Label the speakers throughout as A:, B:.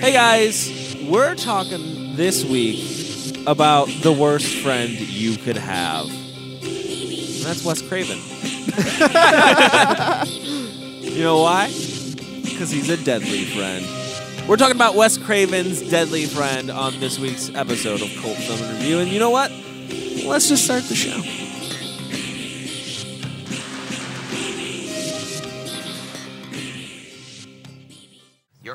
A: guys, we're talking this week about the worst friend you could have. And that's Wes Craven. you know why? Because he's a deadly friend. We're talking about Wes Craven's deadly friend on this week's episode of Cult Film and Review. And you know what? Let's just start the show.
B: Your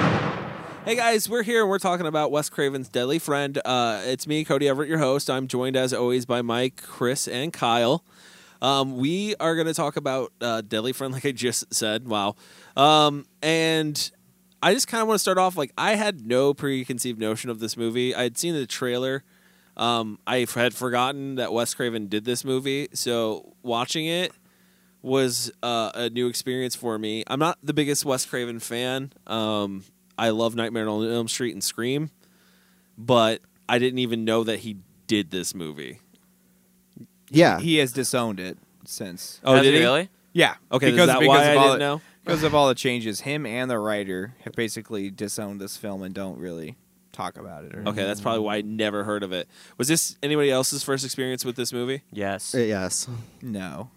A: Hey guys, we're here and we're talking about Wes Craven's Deadly Friend. Uh, it's me, Cody Everett, your host. I'm joined as always by Mike, Chris, and Kyle. Um, we are going to talk about uh, Deadly Friend, like I just said. Wow. Um, and I just kind of want to start off like I had no preconceived notion of this movie. I had seen the trailer. Um, I had forgotten that Wes Craven did this movie, so watching it was uh, a new experience for me. I'm not the biggest Wes Craven fan. Um, I love Nightmare on Elm Street and Scream, but I didn't even know that he did this movie.
C: Yeah, he has disowned it since.
A: Oh,
D: Has
A: did
D: he
A: he?
D: really?
C: Yeah.
A: Okay, is that why I
C: all
A: didn't
C: the,
A: know?
C: Because of all the changes, him and the writer have basically disowned this film and don't really talk about it. Or
A: Okay, that's probably why I never heard of it. Was this anybody else's first experience with this movie?
D: Yes.
E: Yes.
C: no.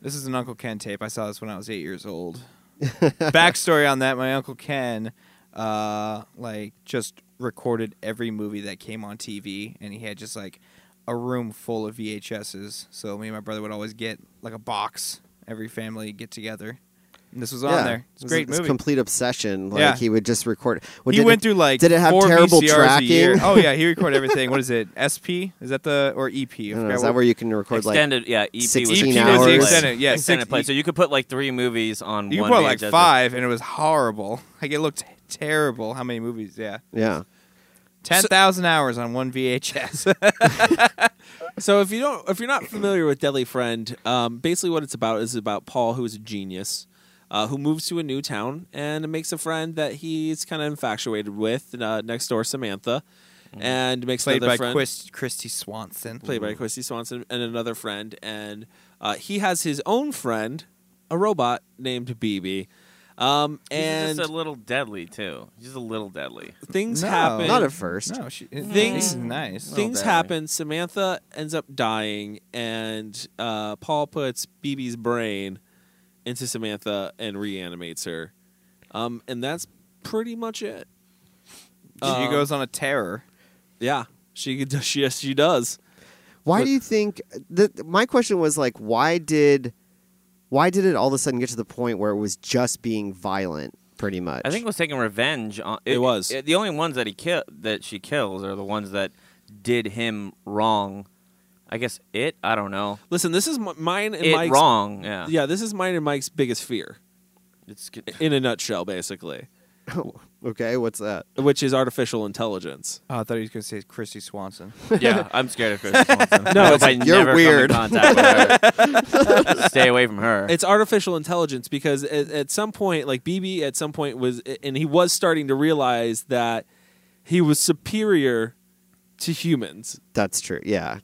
C: This is an Uncle Ken tape. I saw this when I was eight years old. Backstory on that: My Uncle Ken, uh, like, just recorded every movie that came on TV, and he had just like a room full of VHSs. So me and my brother would always get like a box. Every family get together. And this was on there. It's a
E: It was
C: great
E: this
C: movie.
E: complete obsession. Like
C: Yeah.
E: he would just record. Well,
C: he
E: did
C: went
E: it-
C: through like
E: Did it have
C: four
E: terrible
C: VCRs A year.
E: tracking?
C: Oh yeah, he recorded everything. What is it? SP? Is that the or EP? I
E: I don't know,
C: forgot
E: is that
C: what-
E: where you can record
D: Extended, yeah. EP
E: 16
D: was
E: EP was the
D: play.
C: E extended, yeah,
D: extended
C: six-
D: play. So you could put like three movies on
C: you
D: one.
C: put like
D: VHS.
C: five, and it was horrible. Like it looked terrible. How many movies? Yeah,
E: like yeah,
C: ten thousand hours on one VHS.
A: So if you don't, if you're not familiar with Deadly Friend, um, basically what it's about is about Paul, who is a genius, uh, who moves to a new town and makes a friend that he's kind of infatuated with uh, next door, Samantha, and makes
C: Played
A: another
C: by
A: friend
C: Chris, Christy Swanson.
A: played by Christy Swanson and another friend, and uh, he has his own friend, a robot named BB. Um,
D: He's
A: and
D: just a little deadly too. He's a little deadly.
A: things
C: No.
A: happen.
E: not at first.
C: No, she,
A: Things-
C: she's nice.
A: things
D: badly.
A: happen. Samantha ends up dying, and uh, Paul puts BB's brain into Samantha and reanimates her. Um, and that's pretty much it.
C: she
A: Um,
C: goes on a terror.
A: Yeah, she could- she yes she does.
E: Why
A: But-
E: do you think? The, my question was like, why did, why did it all of a sudden get to the point where it was just being violent, pretty much?
D: I think it was taking revenge on.
A: It was.
D: the only ones that he kill that she kills are the ones that did him wrong. I guess it. I don't know.
A: Listen, this is m- mine and
D: it
A: Mike's
D: wrong. Yeah.
A: Yeah, this is mine and Mike's biggest fear
D: It's
A: in a nutshell, basically,
E: okay, what's that?
A: which is artificial intelligence.
C: Oh, I thought he was going to say Christy Swanson.
D: yeah. I'm scared of Chris. Swanson. I hope I
E: you're
D: never come in
E: weird.
D: contact with her. Stay away from her.
A: It's artificial intelligence because at, at some point, like BB, at some point was, and he was starting to realize that he was superior to humans.
E: That's true. Yeah,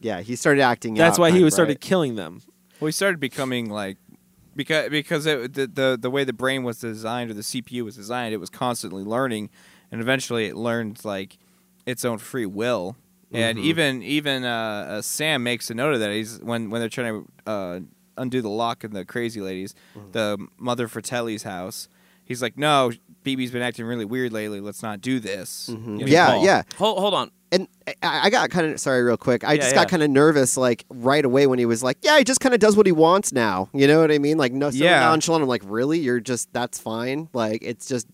E: yeah. He started acting.
A: That's
E: out,
A: why he
E: like,
A: was started
E: right.
A: killing them.
C: Well, he started becoming like because because it, the, the the way the brain was designed or the CPU was designed, it was constantly learning, and eventually it learned like its own free will. And even even uh, uh, Sam makes a note of that. He's when when they're trying to uh, undo the lock in the crazy ladies, the mother Fratelli's house. He's like, no, BB's been acting really weird lately. Let's not do this. You know,
E: Mm-hmm. Yeah,
C: Paul.
E: yeah.
D: hold, hold on.
E: and I, I got kind of sorry, real quick. I
D: Yeah,
E: just got
D: yeah.
E: kind of nervous, like right away when he was like, "Yeah, he just kind of does what he wants now." You know what I mean? Like, no, so
C: Yeah.
E: nonchalant. I'm like, really? You're just that's fine. Like, it's just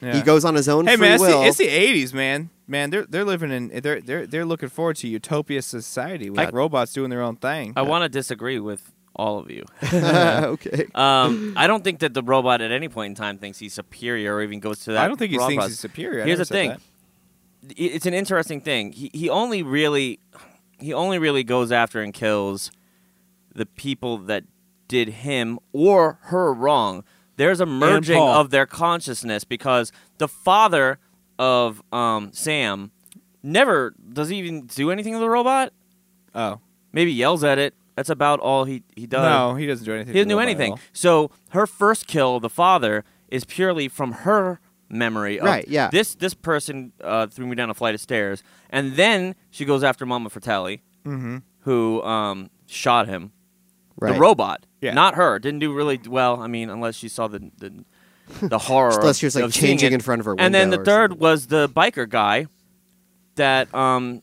E: he
C: Yeah.
E: goes on his own
C: Hey
E: free
C: man, it's
E: will.
C: the, it's the '80s, man. Man, they're they're living in they're they're they're looking forward to utopia society with
D: I-
C: robots doing their own thing.
D: I want to disagree with all of you. uh,
E: okay.
D: Um, I don't think that the robot at any point in time thinks he's superior or even goes to that.
C: I don't think he
D: raw
C: thinks
D: process.
C: he's superior. I
D: Here's
C: never
D: the
C: said
D: thing.
C: that.
D: I- It's an interesting thing. He he only really he only really goes after and kills the people that did him or her wrong. There's a merging
A: Paul.
D: of their consciousness because the father of um, Sam never does he even do anything to the robot.
C: Oh
D: Maybe yells at it. That's about all he he does.
C: no, he doesn't do anything.
D: He doesn't
C: to
D: do
C: nobody at
D: anything.
C: all.
D: So her first kill, the father, is purely from her memory. Of
E: Right, yeah.
D: This this person uh, threw me down a flight of stairs, and then she goes after Mama Fratelli,
C: Mm-hmm.
D: who um, shot him.
E: Right.
D: The robot,
C: Yeah.
D: not her, didn't do really well. I mean, unless she saw the the, the horror.
E: Unless she was, like,
D: of seeing
E: changing
D: it.
E: in front of her
D: And then the
E: window or
D: third was the biker guy, that um,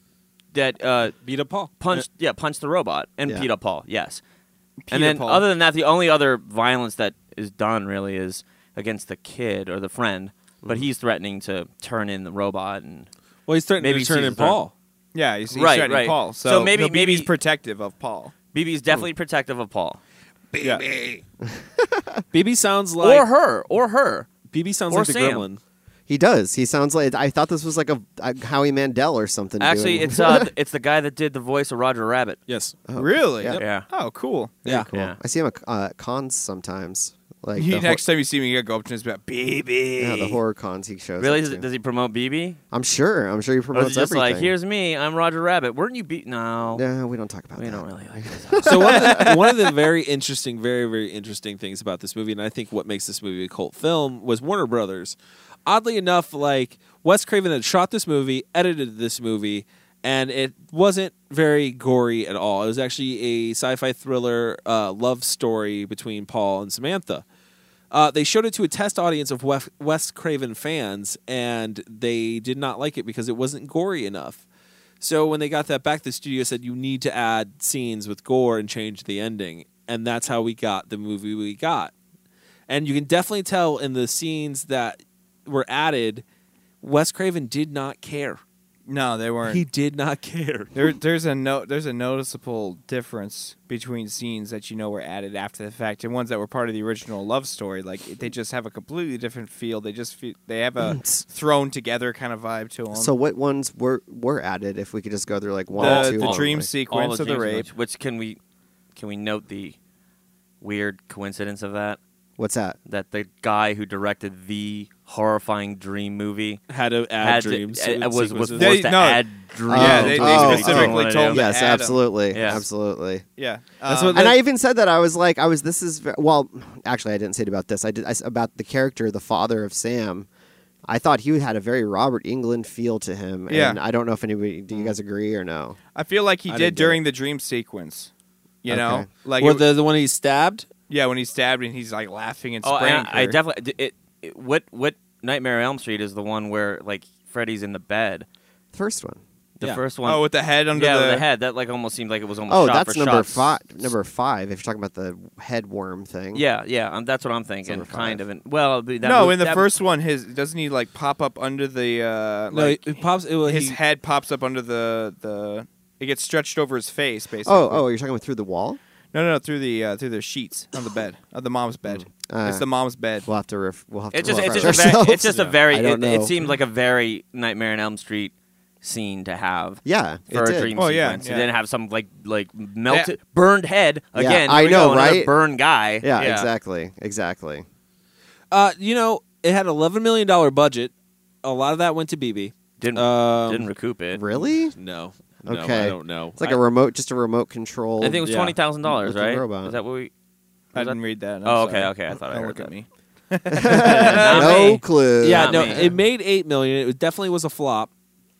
D: that uh,
A: Beat up Paul.
D: punched yeah punched the robot and
E: Yeah.
D: beat up Paul yes
C: Peter
D: and then
C: Paul.
D: other than that the only other violence that is done really is against the kid or the friend but he's threatening to turn in the robot and
A: Well, he's threatening
D: Maybe
A: to turn
D: sees
A: in
D: the third.
A: Paul.
C: yeah, he's, he's
D: Right,
C: threatening
D: right.
C: Paul. So,
D: So maybe-
C: no,
D: maybe-
C: he's protective of Paul.
D: BB's definitely protective of Paul
C: Yeah.
A: BB sounds like
D: or her or her
A: BB sounds
D: or
A: like the
D: Sam.
A: gremlin.
E: He does. He sounds like I thought this was like a, a Howie Mandel or something.
D: actually
E: doing-
D: it's uh th- it's the guy that did the voice of Roger Rabbit
A: Yes.
C: really?
E: yeah.
D: yeah
C: Oh, cool.
A: Yeah.
D: yeah
E: I see him at uh, cons sometimes. Like
C: He-
E: the,
C: next time you see me, you gotta go up to him and be like, "Baby."
E: yeah, the horror cons he shows.
D: really
E: up
D: does,
E: to.
D: does he promote BB
E: I'm sure. I'm sure he
D: or is
E: promotes
D: it just
E: everything.
D: like here's me I'm Roger Rabbit weren't you beat no
E: no, we don't talk about
D: we
E: that.
D: don't really like
A: So one of, the, one of the very interesting, very very interesting things about this movie, and I think what makes this movie a cult film was Warner Brothers. Oddly enough, like Wes Craven had shot this movie, edited this movie, and it wasn't very gory at all. It was actually a sci-fi thriller uh, love story between Paul and Samantha. Uh, they showed it to a test audience of Wef- Wes Craven fans, and they did not like it because it wasn't gory enough. So when they got that back, the studio said you need to add scenes with gore and change the ending, and that's how we got the movie we got. And you can definitely tell in the scenes that were added, Wes Craven did not care.
C: No, they weren't.
A: He did not care.
C: There, there's a no, there's a noticeable difference between scenes that you know were added after the fact and ones that were part of the original love story. Like they just have a completely different feel. They just feel, they have a
A: Mm.
C: thrown together kind of vibe to them.
E: So what ones were were added? If we could just go through like one
C: the,
E: or two.
C: the
E: of them,
C: dream
E: like-
D: all
C: sequence
D: the
C: of the
D: dreams,
C: rape.
D: which, which can we can we note the weird coincidence of that
E: What's that?
D: that the guy who directed the horrifying dream movie
A: Had to add
D: had to-
A: dreams.
D: uh, was was forced
A: sequences.
C: They-
D: to
C: no.
D: add dreams.
E: Yeah, they-
D: into
E: they
D: what didn't
E: specifically
D: wanna
C: told
D: do.
C: them.
E: Yes,
C: Adam.
E: absolutely,
D: Yes.
E: absolutely.
C: Yeah,
A: That's
C: um,
A: what
E: and
A: the-
E: I even said that I was like, I was. This is ve- well, actually, I didn't say it about this. I did I s about the character, the father of Sam. I thought he had a very Robert England feel to him,
C: Yeah.
E: and I don't know if anybody. Do you
D: Mm.
E: guys agree or no?
C: I feel like he
A: I
C: did
A: didn't get
C: during the dream sequence. You
E: Okay.
C: know, like
A: Or
C: it-
A: the the one he stabbed.
C: yeah, when he's stabbed and he's like laughing and
D: Oh, and
C: spraying.
D: I, I
C: her.
D: definitely d- it, it- What what Nightmare on Elm Street is the one where like Freddy's in the bed.
E: First one.
D: The
A: Yeah.
D: first one.
C: Oh, with the head under
D: yeah, with
C: the,
D: the head. That like almost seemed like it was almost.
E: Oh,
D: Mm, shot
E: that's
D: for
E: number
D: shots.
E: five. Number five. If you're talking about the head worm thing.
D: Yeah, yeah, um, that's what I'm thinking.
E: number
D: Kind
E: five.
D: of. And well, the- that
C: no,
D: was-
C: in the
D: that-
C: first one, his doesn't he like pop up under the
A: no,
C: uh, like,
A: it, it pops. It, well,
C: his
A: he-
C: head pops up under the the it gets stretched over his face basically.
E: Oh, oh, you're talking about through the wall.
C: no, no, no through the uh, through the sheets on the bed of the mom's bed.
E: Mm.
C: it's
E: Uh,
C: the mom's bed.
E: We'll have to. Ref- we'll have to.
D: It just, it's
E: refresh
D: just a very,
E: ourselves.
D: it's just a very,
E: I don't
D: it, it
E: know.
D: seemed like a very Nightmare on Elm Street scene to have
E: yeah.
D: for
E: it
D: a
E: did.
D: dream
C: Oh, yeah,
D: sequence.
C: yeah.
D: And then have some like, like melted, burned head again.
E: I
D: here we
E: know,
D: go, another
E: right?
D: Burned guy.
E: Yeah, Exactly. Exactly.
A: Uh, you know, it had eleven million dollar budget. A lot of that went to BB.
D: Didn't
A: Um,
D: didn't recoup it.
E: Really?
A: No. No,
E: Okay.
A: I don't know.
E: It's like
A: I-
E: a remote, just a remote control.
D: I think it was
A: Yeah.
D: twenty thousand dollars,
E: With the
D: right?
E: robot.
D: Is that what we?
C: I
D: was that-
C: didn't read that. I'm
D: Oh, okay,
C: sorry.
D: okay, I thought I
C: Don't
D: heard
C: look at me.
D: that. Not
E: no
D: me.
E: clue.
A: Yeah,
D: Not
A: no,
D: me.
A: it made eight million. It was- definitely was a flop.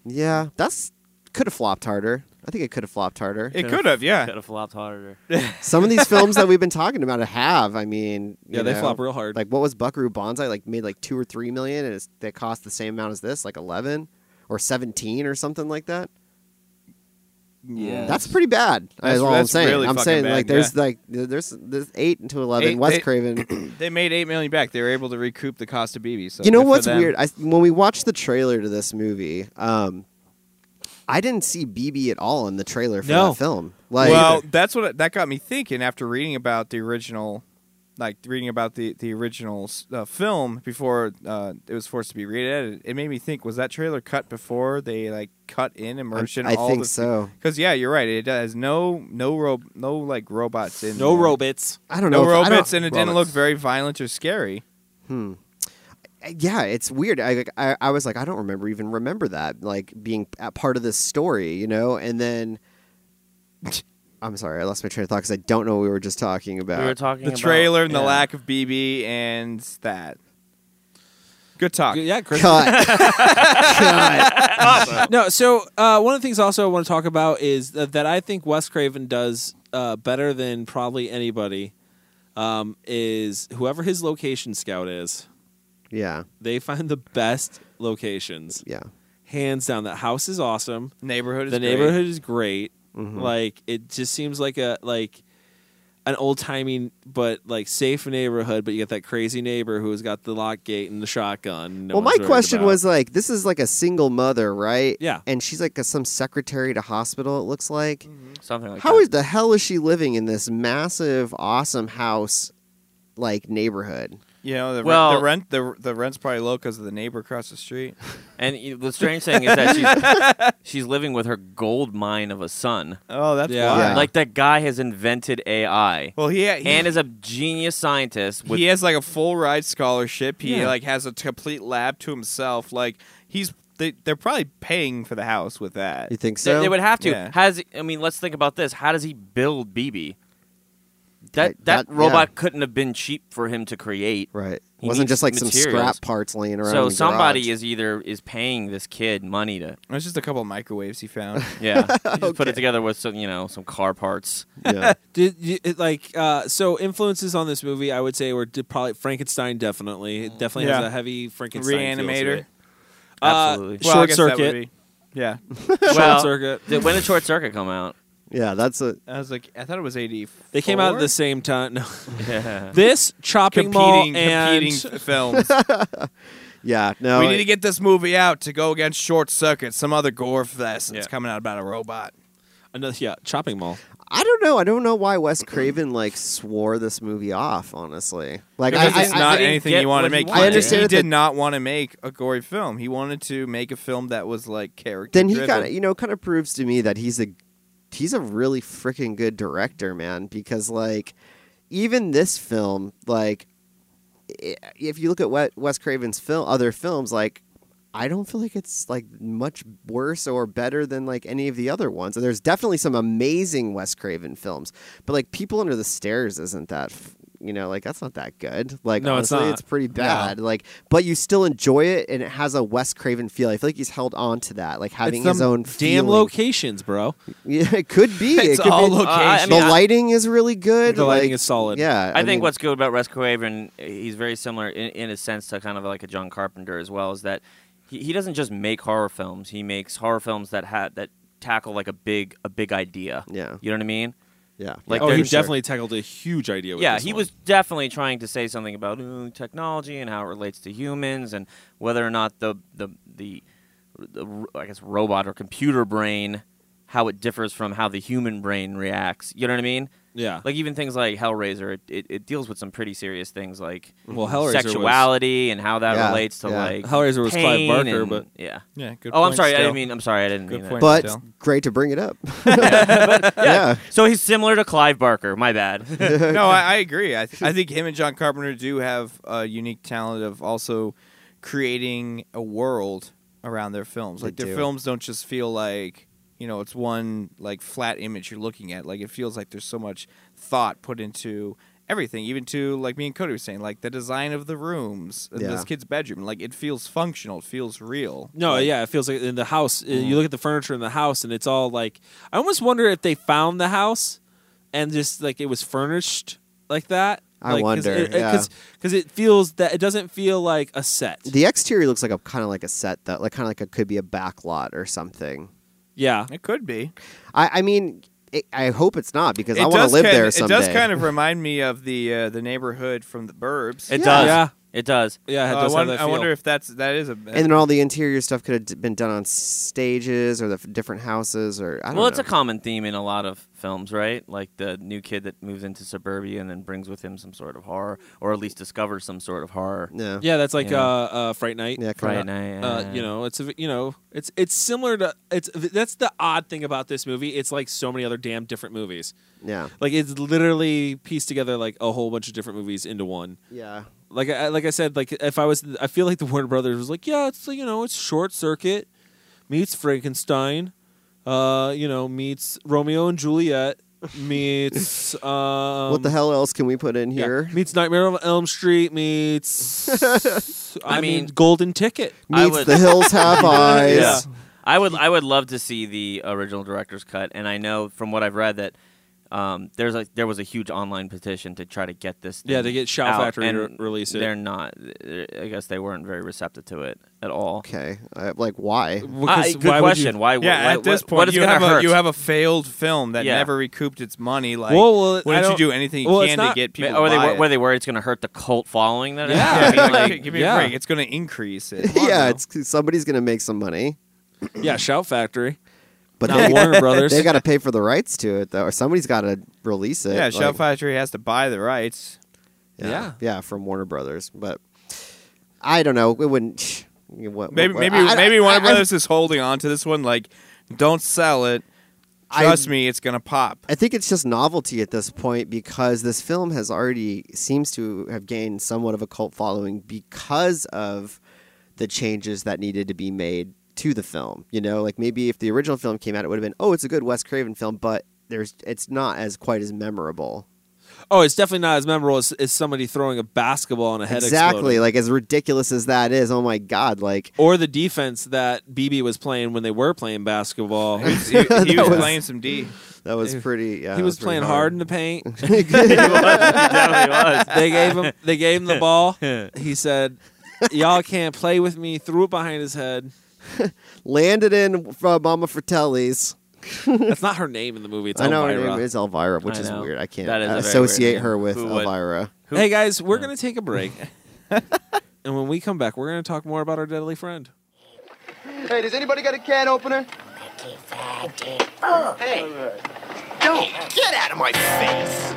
E: Yeah, that's could have flopped harder. I think it could have flopped harder.
C: It could have, yeah.
D: Could have flopped harder.
E: Some of these films that we've been talking about have. I mean,
A: Yeah,
E: you
A: they
E: know,
A: flop real hard.
E: Like what was Buckaroo Banzai? Like made like two or three million, and it's, they cost the same amount as this, like eleven or seventeen or something like that.
C: Yeah,
E: That's pretty bad.
C: That's-
E: That's, all
C: that's
E: I'm saying.
C: really
E: I'm
C: fucking
E: saying
C: bad,
E: like there's like there's there's eight to eleven.
C: Eight-
E: Wes
C: eight-
E: Craven.
C: they made eight million back. They were able to recoup the cost of BB. So
E: you know
C: good for
E: what's
C: them.
E: weird? I, when we watched the trailer to this movie, um, I didn't see BB at all in the trailer for
A: No.
E: that film. Like,
C: well, that's what that got me thinking after reading about the original like reading about the the original uh, film before uh, it was forced to be re-edited, it made me think: was that trailer cut before they like cut in immersion?
E: I
C: all
E: think
C: the
E: so.
C: Because yeah, you're right. It has no no ro- no like robots in
A: No
C: there.
A: robots.
E: I don't
C: no
E: know. if- I don't-
C: robots, and it didn't look
E: robots.
C: very violent or scary.
E: Uh, yeah, it's weird. I, like, I I was like, I don't remember even remember that like being a part of this story, you know. And then I'm sorry, I lost my train of thought because I don't know what we were just talking about.
D: We were talking
C: The
D: about-
C: trailer and the
D: yeah.
C: lack of BB and that. Good
E: Uh,
C: talk.
A: Yeah, Chris.
E: Cut.
A: No, so uh, one of the things also I want to talk about is that, that I think Wes Craven does uh, better than probably anybody um, is whoever his location scout is.
E: yeah,
A: They find the best locations,
E: yeah.
A: hands down. That house is awesome.
C: Neighborhood. Is
A: the
C: great.
A: neighborhood is great.
E: Mm-hmm.
A: Like it just seems like a like an old timey but like safe neighborhood. But you got that crazy neighbor who's got the lock gate and the shotgun. no
E: well,
A: one's
E: my
A: worried
E: question
A: about.
E: was like, this is like a single mother, right?
A: Yeah.
E: and she's like a, some secretary at a hospital. It looks like.
D: Something Mm-hmm. like
E: How
D: that.
E: is the hell is she living in this massive, awesome house, like neighborhood?
C: You know the,
D: Well-
C: rent, the rent the the rent's probably low because of the neighbor across the street.
D: And y- the strange thing is that she's, she's living with her gold mine of a son.
C: Oh, that's
A: Yeah.
C: why.
E: Yeah.
D: Like that guy has invented AI
C: Well, he, he
D: and is a genius scientist. With
C: he has like a full ride scholarship. He
D: Yeah.
C: like has a t- complete lab to himself. Like he's they, they're probably paying for the house with that.
E: You think
D: they,
E: so?
D: they would have to.
C: Yeah.
D: Has I mean, let's think about this. How does he build BB? That
E: That-
D: that,
E: that-
D: robot
E: yeah.
D: couldn't have been cheap for him to create.
E: right.
D: He
E: Wasn't
D: needs
E: just like some
D: materials.
E: scrap parts laying around. in
D: So
E: the
D: somebody
E: garage.
D: is either is paying this kid money to
C: It's just a couple of microwaves he found.
D: yeah he just put it together with some you know some car parts.
E: Yeah.
A: Did you, it, like uh, so influences on this movie? I would say were did probably Frankenstein definitely. It definitely has
C: Yeah.
A: a heavy Frankenstein feel to
C: Reanimator.
A: it. Uh,
D: Absolutely.
C: Well, I
A: short
C: guess that would
A: circuit.
C: be- Yeah,
A: Short
D: Well,
A: circuit.
D: Did, when did Short Circuit come out?
E: Yeah, that's a
C: I was like, I thought it was eighty.
A: They came out at the same time. No. this chopping
C: competing
A: mall and
C: competing f- films.
E: yeah. No,
C: we need to get this movie out to go against Short Circuit, some other gore fest that's
D: Yeah.
C: coming out about a robot.
A: another yeah chopping mall.
E: I don't know. I don't know why Wes Craven like swore this movie off. Honestly, like I,
C: Because
E: I,
C: it's not
E: I-
C: anything
D: get
C: you want to
D: what he
C: make.
D: wanted.
E: I understand
C: He
E: that
C: did
E: the-
C: not want to make a gory film. He wanted to make a film that was like character.
E: then he
C: driven.
E: kind of you know kind of proves to me that he's a he's a really freaking good director, man. Because like even this film, like i- if you look at what Wes Craven's film, other films, like I don't feel like it's like much worse or better than like any of the other ones. And there's definitely some amazing Wes Craven films, but like People Under the Stairs isn't that. f- You know, like that's not that good. Like
A: No, it's
E: honestly,
A: not.
E: it's pretty bad. Like, but you still enjoy it, and it has a Wes Craven feel. I feel like he's held on to that, like having
A: It's
E: his
A: some
E: own
A: damn
E: feeling.
A: locations, bro.
E: Yeah, it could be.
C: It's
E: it could
C: all
E: be.
C: location.
D: Uh, I mean,
E: the lighting is really good.
A: The lighting
E: like-
A: is solid.
E: Yeah,
D: I, think
E: mean,
D: what's good about Wes Craven, he's very similar in, in a sense to kind of like a John Carpenter as well, is that he, he doesn't just make horror films. He makes horror films that ha- that tackle like a big a big idea.
E: Yeah.
D: you know what I mean?
E: yeah,
D: Like
A: oh, he
D: there's-
A: definitely tackled a huge idea. With
D: yeah,
A: this
D: he
A: one.
D: was definitely trying to say something about uh, technology and how it relates to humans and whether or not the the the, the I guess robot or computer brain how it differs from how the human brain reacts. You know what I mean?
E: Ah.
A: yeah.
D: Like even things like Hellraiser, it, it, it deals with some pretty serious things like
A: well, Hellraiser
D: sexuality and how that
E: Yeah,
D: relates to
E: yeah.
D: like
A: Hellraiser was Clive
D: pain
A: Barker,
D: and-
A: but-
D: yeah.
C: Yeah. Good
D: Oh, I'm
C: point
D: sorry. I
C: still.
D: didn't mean. I'm sorry. I didn't
C: Good
D: mean
C: point.
D: that.
E: but
C: still.
E: great to bring it up.
D: yeah.
E: yeah.
D: So he's similar to Clive Barker. My bad.
C: no, I, I agree. I, th- I think him and John Carpenter do have a unique talent of also creating a world around their films. Like
E: They
C: their
E: do.
C: films don't just feel like you know it's one like flat image you're looking at. Like it feels like there's so much thought put into everything, even to like me and Cody were saying, like the design of the rooms in
E: Yeah.
C: this kid's bedroom. Like it feels functional. It feels real.
A: No,
C: Like,
A: yeah, it feels like in the house. uh,
E: Mm.
A: You look at the furniture in the house, and it's all like I almost wonder if they found the house and just like it was furnished like that.
E: I
A: like,
E: wonder, yeah.
A: because it feels that it doesn't feel like a set.
E: The exterior looks like a kind of like a set that like kind of like it could be a back lot or something.
A: yeah,
C: It could be.
E: I I mean it, I hope it's not because
C: It
E: I want
C: does
E: to live
C: kinda-
E: there someday.
C: It does kind of remind me of the uh, the neighborhood from the Burbs.
D: it
E: Yeah.
D: does.
A: Yeah.
D: It does.
A: yeah. It does
C: Uh, I,
A: have
C: wonder,
A: that
C: I
A: feel.
C: wonder if that's that is a.
E: and then all the interior stuff could have d- been done on stages or the f- different houses or I don't
D: Well,
E: know.
D: it's a common theme in a lot of films, right? Like the new kid that moves into suburbia and then brings with him some sort of horror, or at least discovers some sort of horror.
E: No.
A: Yeah, that's like
D: Yeah.
A: Uh, uh, Fright Night.
E: Yeah,
D: Friday
E: correct.
D: night.
A: Uh,
D: yeah.
A: you know, it's a, you know, it's it's similar to it's that's the odd thing about this movie. It's like so many other damn different movies.
E: Yeah.
A: Like it's literally pieced together like a whole bunch of different movies into one.
E: Yeah.
A: Like I like I said, like if I was, I feel like the Warner Brothers was like, yeah, it's you know, it's Short Circuit meets Frankenstein, uh, you know, meets Romeo and Juliet meets um,
E: what the hell else can we put in
A: yeah,
E: here?
A: meets Nightmare on Elm Street meets I,
D: I
A: mean,
D: mean-
A: Golden Ticket.
D: I
E: Meets
D: would-
E: the hills have eyes.
D: Yeah. I would I would love to see the original director's cut, and I know from what I've read that um, there's a there was a huge online petition to try to get this.
A: Yeah,
D: thing
A: to get Shout
D: out,
A: Factory to
D: and
A: release it.
D: They're not. I guess they weren't very receptive to it at all.
E: Okay. I, like why?
A: Because
D: I- good
A: why would you-
D: question. Why?
C: Yeah,
D: why-
C: at this
D: what-
C: point,
D: what is
C: you
D: gonna
C: have
D: hurt?
C: a you have a failed film that
D: Yeah.
C: never recouped its money. Like,
A: Well, well,
C: why
A: I
C: don't
A: don't-
C: you do anything you
A: well, it's
C: can
A: not-
C: to get people?
D: Ma- are
C: to
D: they
C: buy
D: wor-
C: it?
D: were they worried it's going to hurt the cult following that? it
A: Yeah.
D: has? I mean,
C: Like,
D: like,
C: give me
A: yeah.
C: a break. It's going to increase it. Come on
E: yeah,
C: now.
E: it's somebody's gonna make some money,
A: yeah, Shout Factory.
E: but
A: Not
E: they,
A: Warner Brothers.
E: they got to pay for the rights to it though, or somebody's got to release it.
C: yeah.
E: like-
C: Shell Factory has to buy the rights.
A: Yeah.
E: yeah, yeah, from Warner Brothers. But I don't know. It wouldn't. What, what-
C: Maybe
E: what-
C: maybe
E: I- I-
C: maybe
E: I-
C: Warner
E: I-
C: Brothers is holding on to this one. Like, don't sell it.
E: I-
C: Trust me, it's going to pop.
E: I think it's just novelty at this point because this film has already seems to have gained somewhat of a cult following because of the changes that needed to be made to the film. You know, like maybe if the original film came out, it would have been, oh, it's a good Wes Craven film, but there's it's not as quite as memorable.
A: Oh, it's definitely not as memorable as, as somebody throwing a basketball on a head
E: exactly,
A: exploding.
E: like as ridiculous as that is. Oh my god, like
A: or the defense that BB was playing when they were playing basketball.
C: He,
A: he
C: was- he- he
E: That
C: was,
E: was-
C: playing some D.
E: that was pretty. Yeah, that
A: was
E: pretty
A: playing hard. in the paint.
D: definitely was.
A: They gave him they gave him the ball. He said, "Y'all can't play with me." Threw it behind his head.
E: Landed in from Mama Fratelli's.
A: That's not her name in the movie. It's
E: I know her
A: Elvira.
E: name is Elvira, which
D: I
E: is
D: know.
E: weird. I can't
D: That is a very
E: associate
D: weird name.
E: her with
D: Who would?
E: Elvira.
A: Hey guys, we're gonna take a break, and when we come back, we're gonna talk more about our deadly friend.
F: Hey, does anybody got a can opener?
B: Get out of my face!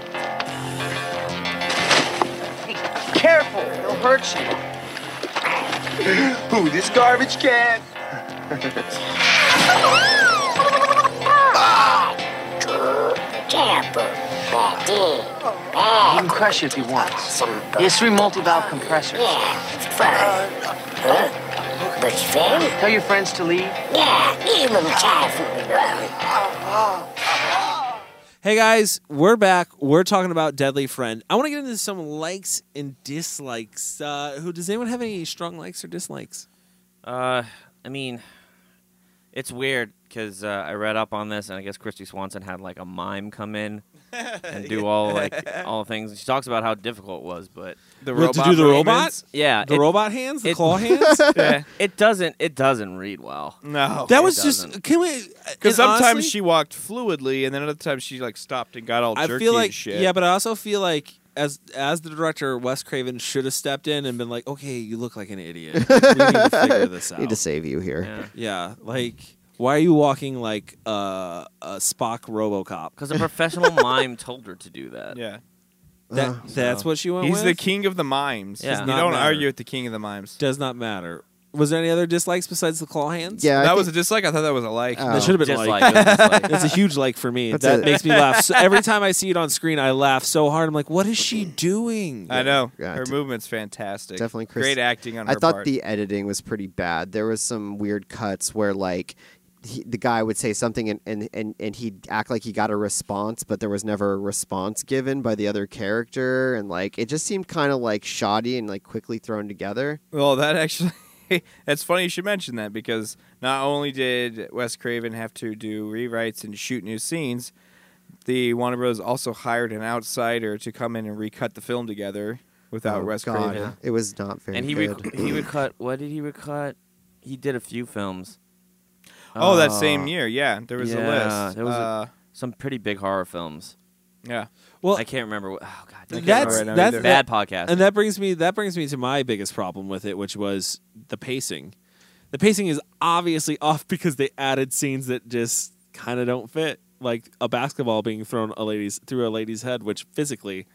F: Careful, it'll hurt you.
B: Who, this garbage can?
F: You can crush it if you want. Here's three multi-valve compressors. Tell your friends to leave.
A: Hey guys, we're back. We're talking about Deadly Friend. I want to get into some likes and dislikes. Uh, who does anyone have any strong likes or dislikes?
D: Uh, I mean, it's weird because uh, I read up on this, and I guess Christy Swanson had like a mime come in and do all like all things. She talks about how difficult it was, but
C: The
A: Well,
C: robot
A: to do the
C: movements?
D: yeah,
A: The
D: it,
A: robot hands, the
D: it-
A: claw hands.
C: Yeah.
D: it doesn't it doesn't read well.
C: No.
A: That
D: It
A: was just.
D: doesn't.
A: Can we? uh,
C: Because
A: and
C: sometimes
A: honestly,
C: she walked fluidly, and then other times she like stopped and got all
A: I
C: jerky
A: feel like
C: and shit.
A: yeah, but I also feel like as as the director, Wes Craven should have stepped in and been like, "Okay, you look like an idiot. we need to figure this out."
E: Need to save you here.
D: Yeah,
A: yeah, like why are you walking like uh, a Spock RoboCop?
D: because a professional mime told her to do that.
C: yeah.
A: That
E: Uh,
A: that's
D: so.
A: what she went
C: He's
A: with.
C: the king of the mimes.
D: Yeah. Does
C: You
A: not
C: don't
A: matter.
C: argue with the king of the mimes.
A: Does not matter. Was there any other dislikes besides the claw hands?
E: Yeah, I
C: that
E: think-
C: was a dislike. I thought that was a like.
E: Oh.
A: That should have been
D: Just
A: like.
D: like, just like
A: That's a huge like for me.
E: That's
A: that
E: it.
A: makes me laugh. So every time I see it on screen, I laugh so hard. I'm like, what is she doing?
C: I know
E: Yeah,
C: her
E: de-
C: movement's fantastic.
E: definitely Chris-
C: great acting on
E: I
C: her
E: thought
C: part.
E: the editing was pretty bad. There was some weird cuts where like he, the guy would say something and, and, and, and he'd act like he got a response, but there was never a response given by the other character, and like it just seemed kind of like shoddy and like quickly thrown together.
C: well, that actually. That's funny you should mention that because not only did Wes Craven have to do rewrites and shoot new scenes, the Warner Bros. also hired an outsider to come in and recut the film together without
E: Oh,
C: Wes
E: God,
C: Craven.
E: it was not very
D: and he
E: good.
D: rec- he would cut. What did he recut? He did a few films.
C: Oh, that
D: Uh,
C: same year, yeah, there was a
D: yeah,
C: list.
D: there was a-
C: uh,
D: Some pretty big horror films.
C: yeah,
A: Well,
D: I can't remember. What, oh god, damn it.
A: that's
C: right now
A: that's
C: either.
D: bad podcast.
A: And that brings me that brings me to my biggest problem with it, which was the pacing. The pacing is obviously off because they added scenes that just kind of don't fit. like a basketball being thrown a lady's through a lady's head, which physically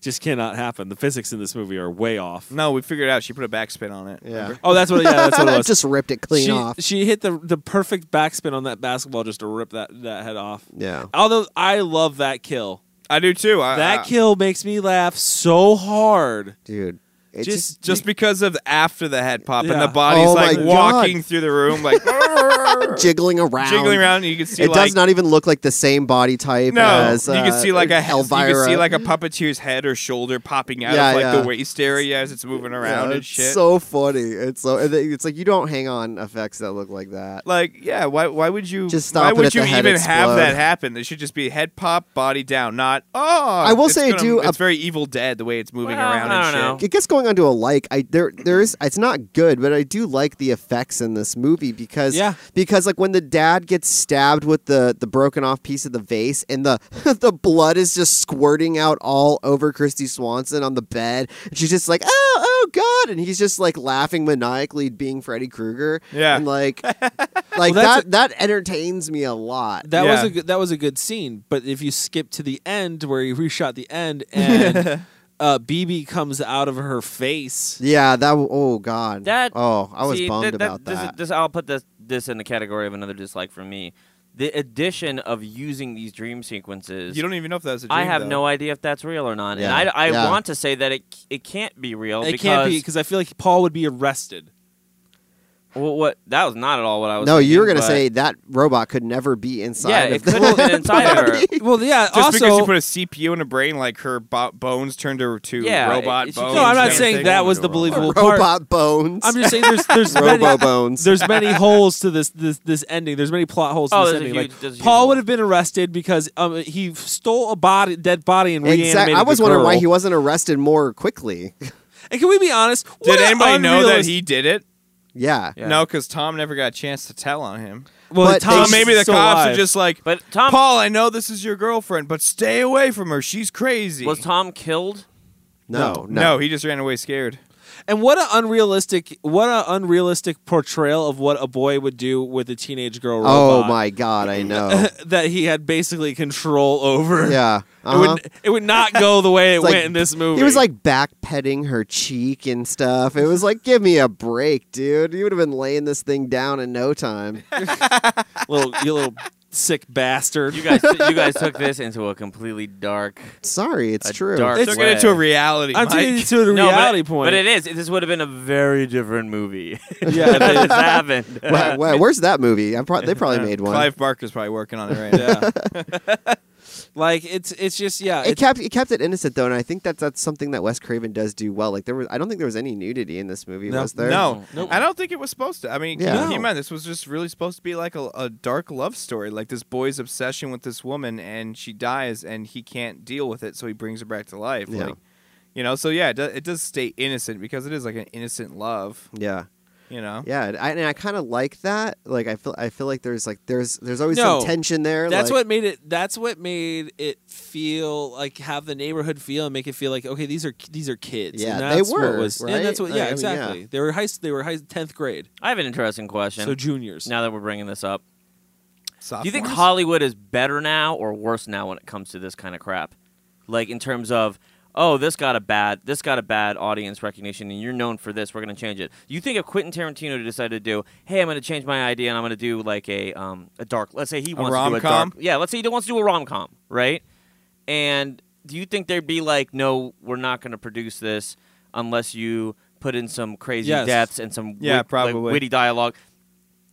A: just cannot happen. The physics in this movie are way off.
C: No, we figured out she put a backspin on it.
E: Yeah.
A: Oh, that's what. Yeah, that's what it was.
E: just ripped it clean
A: she,
E: off.
A: she hit the the perfect backspin on that basketball just to rip that that head off.
E: Yeah.
A: Although I love that kill.
C: I do too. I,
A: That
C: I-
A: kill makes me laugh so hard.
E: Dude. It
A: Just-
E: just,
C: just because of after the head pop and
A: Yeah.
C: the body's
E: Oh
C: like
E: my God.
C: walking through the room like
E: jiggling around.
C: jiggling around. And you can see
E: It
C: like
E: does not even look like the same body type
C: no,
E: as uh,
C: you can see like a
E: Elvira.
C: you can see like a puppeteer's head or shoulder popping out
E: Yeah,
C: of like
E: yeah.
C: the waist area as it's moving
E: Yeah,
C: around and
E: it's
C: shit.
E: so funny. It's so and it- it's like you don't hang on effects that look like that.
C: like yeah, why why would you
E: Just stop
C: why
E: it
C: would
E: at the
C: you
E: head
C: even have that
E: explode.
C: happen? It should just be head pop, body down, not oh.
E: I will
C: it's
E: say I
C: gonna-
E: do
C: It's
E: a-
C: very Evil Dead the way it's moving
D: Well,
C: around
D: I
C: and
D: don't
C: shit.
D: know.
E: It gets going onto a like. I there there is it's not good, but I do like the effects in this movie because
A: Yeah.
E: because like when the dad gets stabbed with the the broken off piece of the vase and the the blood is just squirting out all over Christy Swanson on the bed. And she's just like, "Oh, oh god." And he's just like laughing maniacally being Freddy Krueger.
C: Yeah.
E: And like like
A: that's
E: that that entertains me a lot.
A: That was
C: Yeah.
A: a good, that was a good scene, but if you skip to the end where he reshot the end and uh, BB comes out of her face,
E: Yeah, that. w- Oh God.
D: That
E: Oh, I was
D: see,
E: bummed
D: that, that-
E: about
D: this is-
E: that.
D: this- I'll put this this in the category of another dislike for me. The addition of using these dream sequences.
C: You don't even know if that was a dream.
D: I have
C: though.
D: no idea if that's real or not,
E: Yeah,
D: and I, I
E: yeah.
D: want to say that it it can't be real
A: it
D: because
A: can't be because I feel like Paul would be arrested.
D: well, what that was not at all what I was.
E: no, you were
D: thinking,
E: gonna
D: but-
E: say that robot could never be inside.
D: yeah,
E: of
D: it
E: the-
D: could have been inside of her.
A: Well, yeah.
C: Just because
A: also,
C: you put a CPU in a brain, like her bo- bones turned her to
D: Yeah,
C: robot
D: it- she
C: bones.
D: can't-
A: no, I'm not
C: and
A: saying
C: everything.
A: that was the believable part.
E: robot bones.
A: I'm just saying there's there's
E: Robo
A: many,
E: bones.
A: there's many holes to this this this ending. There's many plot holes to
D: Oh,
A: this
D: there's a
A: ending.
D: huge-
A: like
D: there's a huge
A: Paul
D: hole.
A: would have been arrested because um, he stole a body, dead body, and reanimated.
E: Exactly. I was
A: the
E: wondering why
A: girl.
E: he wasn't arrested more quickly.
A: And can we be honest?
C: Did
A: What a
C: anybody know that
A: unrealis-
C: he did it?
E: yeah.
D: Yeah.
C: No, because Tom never got a chance to tell on him.
A: Well,
E: But
A: Tom's
C: so maybe the
A: still
C: cops
A: alive.
C: are just like,
D: But Tom
C: Paul, I know this is your girlfriend, but stay away from her. She's crazy.
D: was Tom killed.
E: No. No.
C: no, he just ran away scared.
A: And what an unrealistic, what an unrealistic portrayal of what a boy would do with a teenage girl
E: Oh
A: robot.
E: my God! I know.
A: That he had basically control over.
E: yeah.
A: It
E: uh-huh.
A: would it would not go the way it
E: It's like-
A: went in this movie.
E: He was like back petting her cheek and stuff. It was like, give me a break, dude. You would have been laying this thing down in no time.
A: little you little sick bastard.
D: You guys, you guys took this into a completely dark.
E: Sorry, it's
D: A
E: true.
D: dark-
C: Took it into a reality.
A: I'm taking
C: Mike.
A: it to the
D: No, but-
A: reality
D: but,
A: point.
D: it is. This would have been a very different movie.
A: Yeah,
D: if this happened.
E: Wow, wow, where's that movie? I pro- they probably made one.
C: Clive Barker's probably working on it right now.
A: yeah. like it's it's just yeah.
E: it
A: it's-
E: kept it kept it innocent though, and I think that that's something that Wes Craven does do well. Like there was, I don't think there was any nudity in this movie.
A: No.
E: Was there?
C: No,
A: Nope.
C: I don't think it was supposed to. I mean,
E: Yeah.
C: keep
A: No.
C: in mind this was just really supposed to be like a, a dark love story, like this boy's obsession with this woman, and she dies, and he can't deal with it, so he brings her back to life.
E: Yeah.
C: Like, you know, so yeah, it does, it does stay innocent because it is like an innocent love.
E: Yeah,
C: You know,
E: yeah, and I, and I kind of like that. Like I feel, I feel like there's like there's there's always
A: No.
E: some tension there.
A: That's
E: like,
A: what made it. That's what made it feel like have the neighborhood feel and make it feel like okay, these are these are kids.
E: Yeah,
A: and
E: they
A: that's What
E: were,
A: was,
E: right?
A: And that's what.
E: Like,
A: Yeah,
E: I mean, yeah.
A: exactly. They were high. They were high tenth grade,
D: I have an interesting question.
A: so juniors.
D: now that we're bringing this up,
C: Sophomores?
D: do you think Hollywood is better now or worse now when it comes to this kind of crap? Like in terms of, oh, this got a bad, this got a bad audience recognition, and you're known for this. We're gonna change it. You think if Quentin Tarantino decided to do, hey, I'm gonna change my idea and I'm gonna do like a um a dark, let's say he wants to do a
C: rom-com?
D: dark, yeah, let's say he wants to do a rom com, right? And do you think they'd be like, no, we're not gonna produce this unless you put in some crazy
A: Yes.
D: deaths and some
C: Yeah,
D: wit- like,
C: probably.
D: witty dialogue?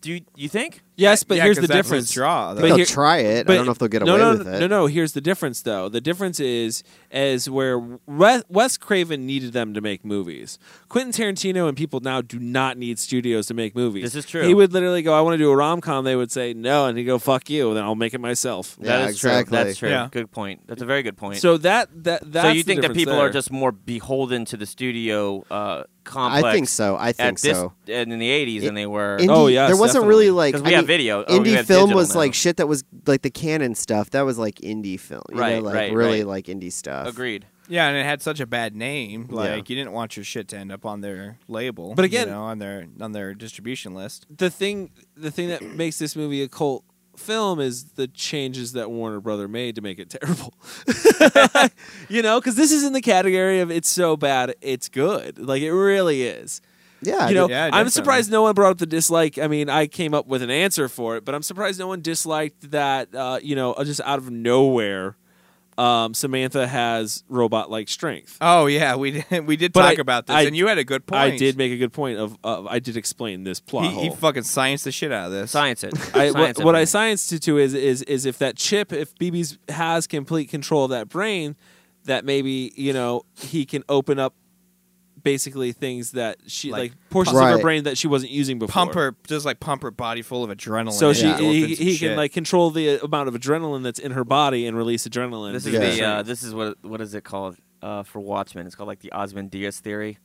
D: Do you, you think?
A: Yes, but
C: Yeah,
A: here's the
C: 'cause that's his
A: difference.
C: Draw, though.
A: But
E: they'll
A: here-
E: try it. I don't know if they'll get
A: no,
E: away
A: no,
E: with
A: no,
E: it.
A: No, no. Here's the difference, though. The difference is, is where Re- Wes Craven needed them to make movies. Quentin Tarantino and people now do not need studios to make movies.
D: This is true.
A: He would literally go, "I want to do a rom com." They would say no, and he'd go, "Fuck you," and then I'll make it myself.
E: Yeah,
D: that is
E: exactly.
D: true. That's true.
C: Yeah.
D: Good point. That's a very good point.
A: So that that that's
D: So you
A: the
D: think that
A: difference
D: people
A: there.
D: are just more beholden to the studio uh,
E: I
D: complex?
E: think so. I
D: At
E: think
D: this
E: so.
D: and in the '80s than they were.
E: Indie,
A: Oh, yes,
E: there wasn't
A: definitely.
E: really like
D: 'Cause
E: I
D: we have
E: mean,
D: video. Oh, we
E: Indie
D: have
E: film
D: digital
E: was
D: now.
E: like shit that was like the canon stuff. That was like indie film, you know,
D: Right,
E: like
D: right,
E: really
D: right.
E: like indie stuff.
D: Oh, Agreed.
C: yeah, and it had such a bad name. Like you didn't want your shit to end up on their label,
A: But
C: you
A: again-
C: know, on their on their distribution list.
A: the thing the thing that makes this movie a cult film is the changes that Warner Brother made to make it terrible. you know, because this is in the category of it's so bad it's good. Like it really is.
E: Yeah,
A: you know,
C: yeah,
A: I'm
C: definitely.
A: surprised no one brought up the dislike. I mean, I came up with an answer for it, but I'm surprised no one disliked that. Uh, you know, just out of nowhere, um, Samantha has robot-like strength.
C: Oh yeah, we did, we did
A: But
C: talk
A: I-
C: about this,
A: I-
C: and you had a good point.
A: I did make a good point of. of I did explain this plot
C: He,
A: hole.
C: he fucking scienced the shit out of this.
D: Science it.
A: I,
D: Science
A: what,
D: it
A: what
D: for
A: I
D: me.
A: science it to is is is if that chip, if BB's has complete control of that brain, that maybe you know he can open up basically things that she
C: Like
A: like, portions of
E: Right.
A: her brain that she wasn't using before.
C: Pump her, just like pump her body full of adrenaline.
A: So she
C: and endorphins
A: he,
C: and
A: he
C: shit.
A: can like control the amount of adrenaline that's in her body and release adrenaline.
D: This is
E: Yeah.
D: the uh, this is what what is it called uh, for Watchmen? It's called like the Ozymandias theory.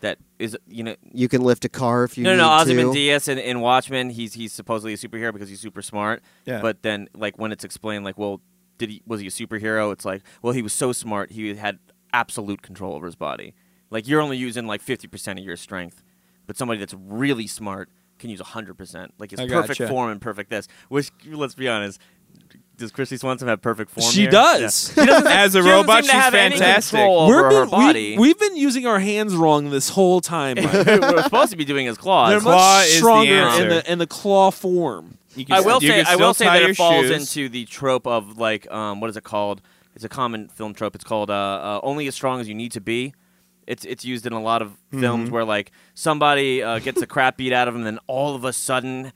D: That is, you know,
E: you can lift a car if you
D: no,
E: need
D: no,
E: to.
D: Ozymandias in, in Watchmen, he's he's supposedly a superhero because he's super smart.
C: Yeah.
D: But then, like when it's explained, like, well, did he was he a superhero? It's like, well, he was so smart, he had absolute control over his body. Like you're only using like fifty percent of your strength, but somebody that's really smart can use hundred percent. Like his
C: I
D: perfect
C: gotcha.
D: form and perfect this. Which let's be honest, does Christy Swanson have perfect form?
A: She
D: here?
A: does.
D: Yeah. She doesn't-
C: As a
D: she doesn't
C: robot,
D: seem to
C: she's
D: have any
C: fantastic.
D: control over her
A: been,
D: body.
A: We, have been using our hands wrong this whole time. Mike.
D: We're supposed to be doing his claws.
A: They're
C: Claw
A: much
C: is the
A: stronger in
C: answer.
A: the in the claw form.
C: You can
D: I
C: s-
D: will
C: you
D: say
C: can
D: I
C: still
D: will say
C: tie
D: that
C: your
D: it falls
C: shoes.
D: into the trope of like um, what is it called? It's a common film trope. It's called uh, uh, "Only as strong as you need to be." It's it's used in a lot of
C: Mm-hmm.
D: films where like somebody uh, gets the crap beat out of him, and all of a sudden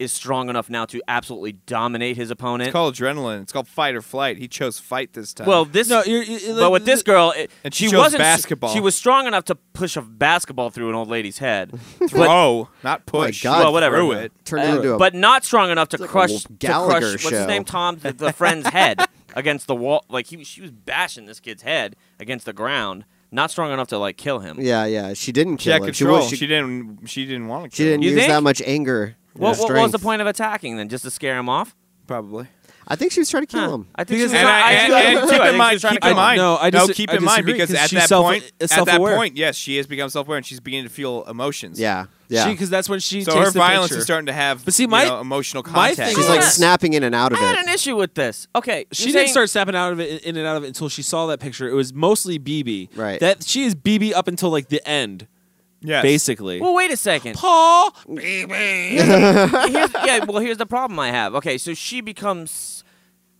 D: is strong enough now to absolutely dominate his opponent.
C: It's called adrenaline. It's called fight or flight. He chose fight this time.
D: well, this
A: No, you're, you
D: but with this girl, it,
C: And she chose
D: wasn't. s-
C: basketball.
D: She was strong enough to push a basketball through an old lady's head. but,
C: throw, not push.
E: God.
D: well, whatever.
C: Through it.
E: Turn it into a
D: Uh, but not strong enough to
E: like a
D: crush,
E: Wolf
D: to
E: Gallagher
D: crush what's
E: show.
D: his name Tom the, the friend's head against the wall like he she was bashing this kid's head against the ground not strong enough to like kill him
E: yeah, yeah. She didn't
C: She
E: kill
C: had
E: him.
C: control. She,
E: She, wa- she,
C: didn't. She didn't want to.
E: she didn't
D: You
E: use that
D: think?
E: much anger. and
D: what, what, what was the
E: strength.
D: point of attacking then just to scare him off
C: probably.
E: I think she was trying to kill
D: Huh.
E: him.
D: I think she was
C: And,
D: trying-
C: I,
D: I
C: and,
D: think she
C: and
D: was
C: keep
D: trying-
C: in mind,
D: she was trying to
C: keep in
D: kill him.
C: mind,
A: No, I dis-
C: no, keep
A: I
C: in mind
A: disagree,
C: because
A: 'cause
C: at
A: she's
C: that
A: self-
C: point,
A: is
C: at that
A: self-aware.
C: point, yes, she has become self-aware and she's beginning to feel emotions.
E: Yeah, yeah.
A: because that's when she
C: So
A: takes
C: her
A: the
C: violence
A: picture.
C: is starting to have,
A: But see,
C: you
A: my-
C: know, emotional
A: my
C: contact.
A: thing
E: She's
A: is-
E: like
D: Yeah.
E: snapping in and out of
D: I had
E: it.
D: an issue with this okay
A: she
D: you're
A: didn't
D: saying-
A: start snapping out of it in and out of it until she saw that picture. It was mostly BB.
E: Right.
A: That she is BB up until like the end,
C: yes.
A: basically.
D: well wait a second
A: Paul,
D: here's, yeah, well, here's the problem I have. Okay, so she becomes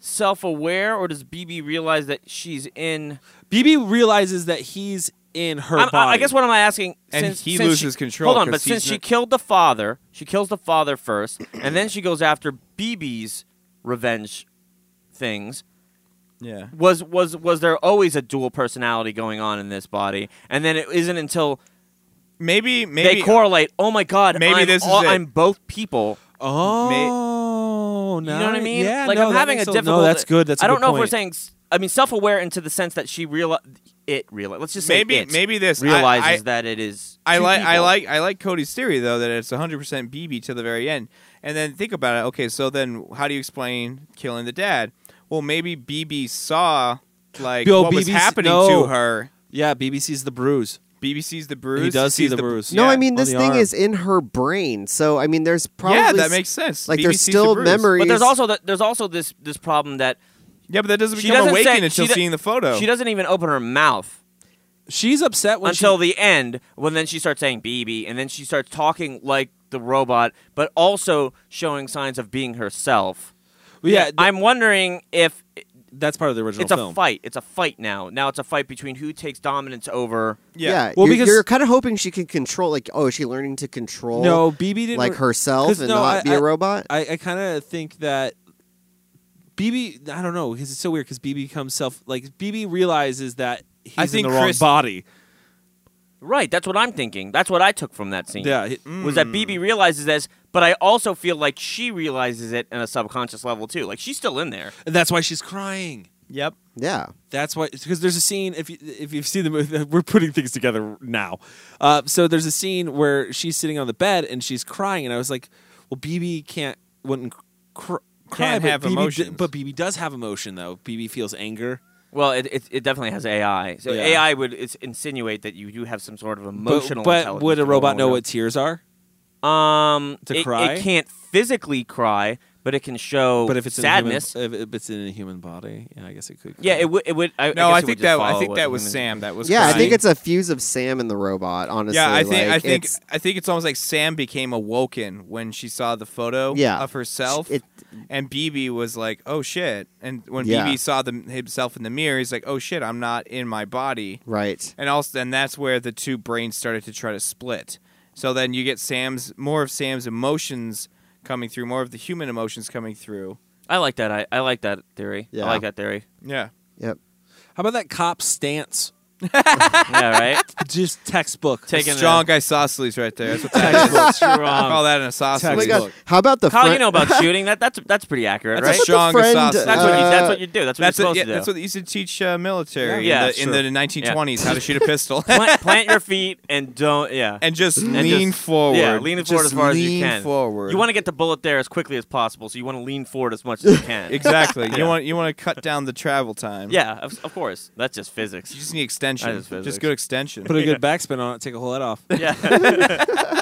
D: self-aware, or does BB realize that she's in?
A: BB realizes that he's in her
D: I'm-
A: body.
D: I, I guess what I'm asking,
C: And
D: since,
C: he
D: since
C: loses
D: she,
C: control
D: Hold on,
C: 'cause
D: but since
C: he's
D: she
C: not-
D: killed the father, she kills the father first, and then she goes after BB's revenge things.
C: Yeah.
D: Was was was there always a dual personality going on in this body? And then it isn't until
C: Maybe. Maybe. uh,
D: they correlate. Oh my God!
C: maybe
D: I'm
C: this is
D: all-
C: it.
D: I'm both people.
A: Oh, no.
D: You know what I mean?
A: Yeah,
D: like
A: no,
D: I'm
A: that
D: having a
A: makes
D: difficult.
A: No, that's good. That's. I
D: I don't know if we're saying. s- I mean, self-aware into the sense that she real it real. Let's just say
C: Maybe.
D: it
C: Maybe this I-
D: realizes
C: I-
D: that it is.
C: I
D: two
C: like I
D: people.
C: like I like Cody's theory though that it's 100% BB to the very end. And then think about it. Okay, so then how do you explain killing the dad? Well, maybe BB saw like
A: Yo,
C: what was
A: BB 's
C: happening
A: no.
C: to her.
A: Yeah, BBC's the bruise.
C: BB sees the bruise.
A: he does see
C: sees
A: the, bruise.
E: No,
C: Yeah,
E: I mean
A: on
E: this
A: the
E: thing
A: arm.
E: is in her brain. So I mean, there's probably
C: yeah, that
E: s-
C: makes sense.
E: like
C: BB
E: there's
C: sees the
E: still
C: bruise.
E: memories.
D: But there's also the, there's also this this problem that
C: Yeah, but that doesn't
D: She
C: become
D: doesn't
C: awakened
D: say-
C: until
D: she do-
C: seeing the photo.
D: she doesn't even open her mouth
A: She's upset when
D: until
A: she,
D: the end. When then she starts saying BB, and then she starts talking like the robot, but also showing signs of being herself.
A: Yeah, th-
D: I'm wondering if
A: that's part of the original
D: it's a
A: film.
D: fight. It's a fight now. Now it's a fight between who takes dominance over.
E: yeah.
A: Well,
E: you're,
A: because-
E: you're kind of hoping she can control. Like, oh, is she learning to control?
A: No, BB didn't
E: like
A: re-
E: herself
A: 'cause
E: and
A: no,
E: not
A: I-
E: be a
A: I-
E: robot.
A: I, I kind of think that BB. I don't know because it's so weird because BB becomes self like BB realizes that he's
C: I think
A: in the wrong
C: Chris-
A: body.
D: Right, that's what I'm thinking. That's what I took from that scene.
A: Yeah, he- mm,
D: was that BB realizes this, but I also feel like she realizes it on a subconscious level too. Like she's still in there.
A: and that's why she's crying.
C: Yep.
E: yeah,
A: That's why, because there's a scene. If you, if you've seen the movie, we're putting things together now. Uh, so there's a scene where she's sitting on the bed and she's crying, and I was like, "Well, BB can't wouldn't cr- cry,
C: Can't
A: but
C: have
A: BB d-
C: emotions.
A: but BB does have emotion though. BB feels anger.
D: Well, it, it, it definitely has AI. So
A: Yeah.
D: AI would it's insinuate that you do have some sort of
A: But-
D: emotional.
A: but,
D: intelligence
A: would a
D: going
A: robot know
D: on.
A: what tears are?
D: Um,
A: to
D: it,
A: cry?
D: It can't physically cry, but it can show
A: But if it's
D: sadness.
A: in a human, if it's in a human body, yeah, I guess it could.
D: yeah, it would. It would. I,
C: No,
D: I,
C: I,
D: guess it would
C: think
D: just
C: that I
D: follow
C: think
D: what
C: that
D: the
C: was
D: human-
C: Sam. That was
E: yeah, I
C: crying.
E: think it's a fuse of Sam and the robot. Honestly,
C: Yeah, I think
E: Like,
C: I think
E: it's-
C: I think it's almost like Sam became awoken when she saw the photo
E: Yeah.
C: of herself,
E: It-
C: and BB was like, "Oh shit!" And when
E: Yeah.
C: BB saw the, himself in the mirror, he's like, "Oh shit, I'm not in my body."
E: right.
C: And also, and that's where the two brains started to try to split. So then you get Sam's more of Sam's emotions coming through, more of the human emotions coming through.
D: I like that. I, I like that theory.
E: Yeah.
D: I like that theory.
C: Yeah,
E: Yep.
A: How about that cop stance?
D: yeah, right.
A: Just textbook.
D: Taking
C: strong isosceles right there. That's what
D: the
C: that
D: textbook
C: I call
D: strong.
C: that an
E: Oh my
C: isosceles.
E: God. How about the
D: Kyle,
E: fri-
D: you know about shooting. That that's that's pretty accurate,
C: That's a
D: right?
C: sh- strong
E: friend,
C: sausage.
D: that's what you. That's
E: uh,
D: what you do. That's what
C: That's
D: you're
C: what,
D: supposed
C: yeah,
D: to do.
C: that's what they used to teach uh, military
D: Yeah,
C: in, the,
D: sure.
C: in the 1920s how to shoot a pistol.
D: plant, plant your feet and don't. Yeah.
C: and just
D: And
C: lean
D: just-
C: forward.
D: Yeah, lean forward as
C: Just
D: far as you
C: lean
D: can.
C: Forward.
D: You want to get the bullet there as quickly as possible, so you want to lean forward as much as you can.
C: exactly.
D: Yeah.
C: You want you want to cut down the travel time.
D: Yeah, of, of course. That's just physics.
C: You just need extension.
D: That is physics.
C: Just good extension.
A: Put a good backspin on it. Take a whole head off.
D: yeah.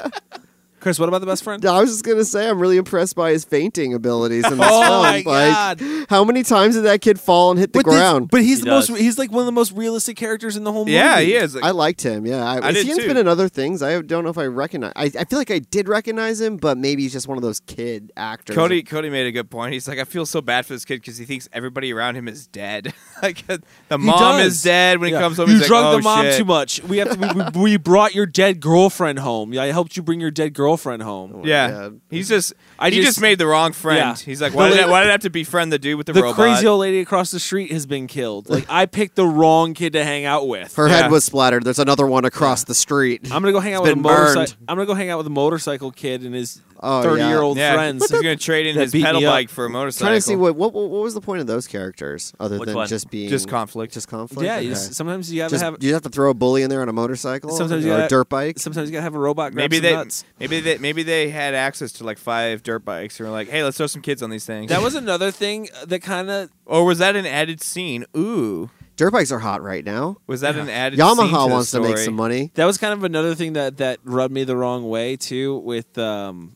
A: Chris, what about the best friend?
E: I was just gonna say I'm really impressed by his fainting abilities in this
A: Oh
E: film.
A: my
E: like,
A: God.
E: how many times did that kid fall and hit the
A: But this-
E: ground?
A: but he's
D: He
A: the
D: does.
A: most. He's like one of the most realistic characters in the whole movie.
C: yeah, he is.
E: I liked him. Yeah, I,
C: I
E: is
C: did
E: he in-
C: too.
E: been in other things. I don't know if I recognize. I, I feel like I did recognize him, but maybe he's just one of those kid actors.
C: Cody Cody made a good point. He's like, I feel so bad for this kid because he thinks everybody around him is dead. like uh, the mom
A: does.
C: is dead when
A: Yeah.
C: he comes home.
A: You
C: he's
A: drugged
C: like, oh,
A: the mom
C: shit.
A: too much. We have to. We, we brought your dead girlfriend home. I helped you bring your dead girlfriend home.
C: Yeah,
E: God.
C: he's just.
A: I
C: he just,
A: just-
C: made the wrong friend.
A: Yeah.
C: He's like,
A: The
C: why did, I,
A: lady-
C: why did I have to befriend the dude with the,
A: The
C: robot?
A: crazy old lady across the street has been killed. Like I picked the wrong kid to hang out with.
E: Her
C: Yeah.
E: head was splattered. There's another one across the street.
A: I'm gonna go hang out with a
E: been burned.
A: motorcycle. I'm gonna go hang out with a motorcycle kid and his
E: Oh, yeah.
A: thirty-year-old
C: yeah,
A: friends.
C: He's gonna trade in
A: that
C: his
A: beat me
C: pedal
A: up.
C: bike for a motorcycle.
E: trying to see what, what what was the point of those characters other
D: Which
E: than
D: one?
E: just being
C: Just conflict.
E: Just conflict.
A: yeah, you
E: Okay.
A: just, sometimes you have
E: Just-
A: to have.
E: you have to throw a bully in there on a motorcycle
A: Sometimes
E: or
A: you
E: a
A: gotta-
E: dirt bike.
A: Sometimes you gotta have a robot. Grab
C: Maybe
A: some
C: they,
A: nuts.
C: maybe they, maybe they had access to like five dirt bikes and were like, "Hey, let's throw some kids on these things."
A: That was another thing that kind of
C: or was that an added scene? Ooh,
E: dirt bikes are hot right now.
C: was that an added? scene to
E: Yamaha
C: the
E: wants to make
C: story?
E: some money.
A: that was kind of another thing that that rubbed me the wrong way too with um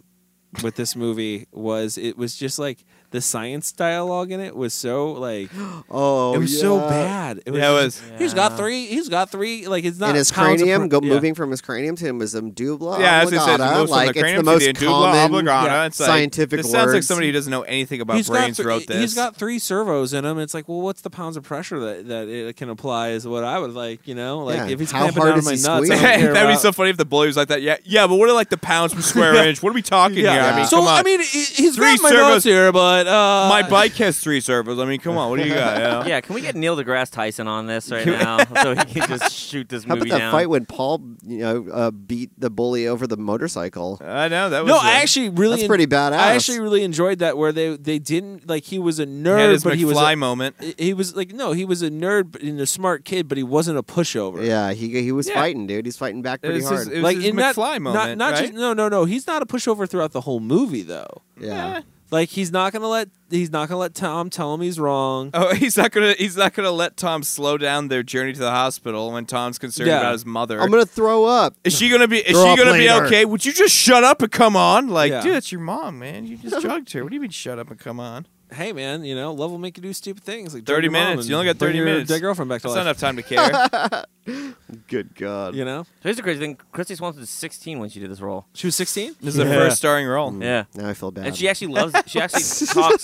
A: with this movie was it was just like the science dialogue in it was so like
E: Oh,
A: it was
E: yeah.
A: so bad. It was,
C: Yeah, it
A: just-
C: was.
A: He's got three. He's got three. Like it's not
E: and his
A: pounds of
E: cranium
A: per-
E: go
A: yeah.
E: moving from his cranium to his umdubla
C: Yeah, as it says, it
E: oblongata.
C: moves from
E: like
C: the cranium
E: it's the most
C: to the indubla
E: common.
C: oblongata.
A: yeah,
C: It's like,
E: scientific
C: This sounds like
E: words.
C: somebody who doesn't know anything about
A: He's
C: brains
A: got three,
C: wrote this.
A: He's got three servos in him. It's like, well, what's the pounds of pressure that, that it can apply? Is what I would like. You know, like
E: Yeah,
A: if he's
E: how
A: clamping down
E: hard
A: on
E: is
A: my
E: he
A: nuts, I don't
E: squeezing?
A: care
C: That'd be
A: about-
C: so funny if the bully was like that. Yeah, yeah, but what are like the pounds per square inch? What are we talking
A: Yeah.
C: here? I mean,
A: so
C: come on.
A: I mean, he- he's
C: Three
A: got my
C: servos.
A: notes here, but uh,
C: my bike has three servos. I mean, come on, what do you got? you know?
D: yeah. Can we get Neil deGrasse Tyson on this right now so he can just shoot this
E: How
D: movie
E: about that
D: down?
E: fight when Paul, you know, uh, beat the bully over the motorcycle?
C: I know that was.
A: No,
C: uh,
A: I actually really
E: That's pretty badass.
A: I actually really enjoyed that where they they didn't like he was a
C: he
A: nerd,
C: had his
A: but
C: McFly
A: he was a,
C: moment.
A: he was like no, he was a nerd but- and a smart kid, but he wasn't a pushover.
E: Yeah, he he was
C: Yeah.
E: fighting, dude. He's fighting back
C: It
E: pretty
C: was
E: hard.
C: his- it was
A: like
C: his
A: in that,
C: McFly
A: not,
C: moment,
A: not
C: right?
A: just no, no, no. He's not a pushover throughout the whole movie though.
E: yeah.
A: Like he's not gonna let he's not gonna let Tom tell him he's wrong.
C: Oh, he's not gonna he's not gonna let Tom slow down their journey to the hospital when Tom's concerned
A: Yeah.
C: about his mother.
E: I'm gonna throw up.
C: is she gonna be is she
E: Throw up
C: gonna be
E: later.
C: okay? Would you just shut up and come on? Like,
A: Yeah.
C: dude, that's your mom, man. You just drugged her. What do you mean shut up and come on?
A: Hey man, you know love will make you do stupid things. Like drug
C: Thirty
A: your mom
C: minutes.
A: and
C: You only got
A: bring
C: thirty
A: your
C: minutes.
A: Dead girlfriend back to life.
C: That's not enough time to care.
E: Good God.
A: You know
D: So here's the crazy thing: Christy Swanson was 16 when she did this role.
A: she was sixteen.
C: this is her first starring role.
D: Yeah.
E: Now I feel bad.
D: And she actually loves. She actually talks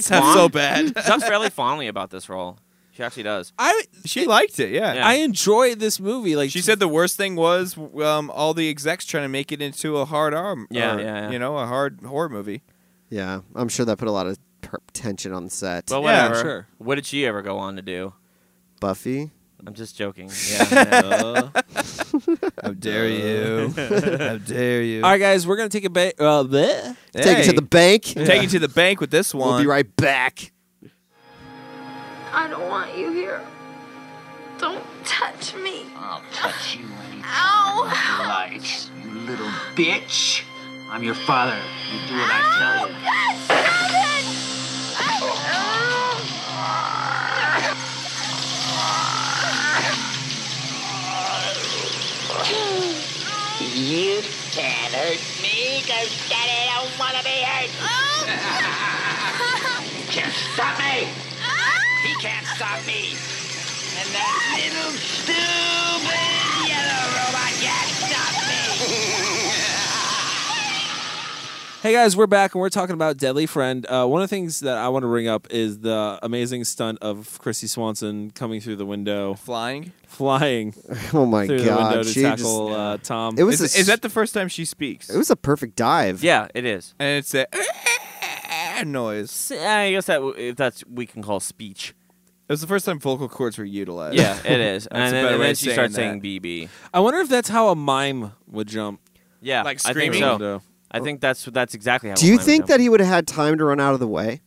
C: That's not
D: fond,
C: so bad.
D: She talks fairly fondly about this role. She actually does.
A: I
C: She liked it, yeah.
D: Yeah.
A: I enjoyed this movie. Like
C: She said the worst thing was um, all the execs trying to make it into a hard arm,
D: Yeah,
C: or,
D: yeah, yeah.
C: you know, a hard horror movie.
E: yeah, I'm sure that put a lot of per- tension on the set.
D: But
C: Yeah,
D: whatever.
A: sure.
D: What did she ever go on to do?
E: Buffy.
D: I'm just joking. Yeah. yeah.
A: Uh,
C: How dare you? How dare you?
A: All right, guys, we're gonna take a ba- uh, bleh.
E: Take it to
C: Hey,
E: the bank.
C: take it to the bank with this one.
E: We'll be right back.
G: I don't want you here. Don't touch me.
H: I'll touch you anytime you
G: Ow.
H: like, you little bitch. I'm your father. You do what I tell you.
G: God damn it! Ah.
H: You can't hurt me because Daddy don't want to be hurt.
G: Ah.
H: You can't stop me!
G: Ah.
H: He can't stop me! And that little stupid yellow robot can't stop me!
A: Hey guys, we're back and we're talking about Deadly Friend. Uh, one of the things that I want to bring up is the amazing stunt of Christy Swanson coming through the window,
C: Flying.
A: flying
E: Oh my
A: through the window
E: god,
A: to
E: she just
A: tackle uh, Tom.
E: It was
C: Is,
E: a
C: is
E: s-
C: that the first time she speaks?
E: it was a perfect dive.
D: Yeah, it is.
C: And it's a noise.
D: S- I guess that w- if that's we can call speech.
C: It was the first time vocal cords were utilized.
D: Yeah, it is. and
C: That's a
D: then,
C: better
D: and
C: way
D: then
C: of
D: she
C: saying
D: starts
C: that.
D: saying BB.
A: I wonder if that's how a mime would jump.
D: Yeah,
C: Like
D: I think
C: screaming?
D: so.
A: window.
D: I think that's that's exactly how.
E: Do you think that he would have had time to run out of the way,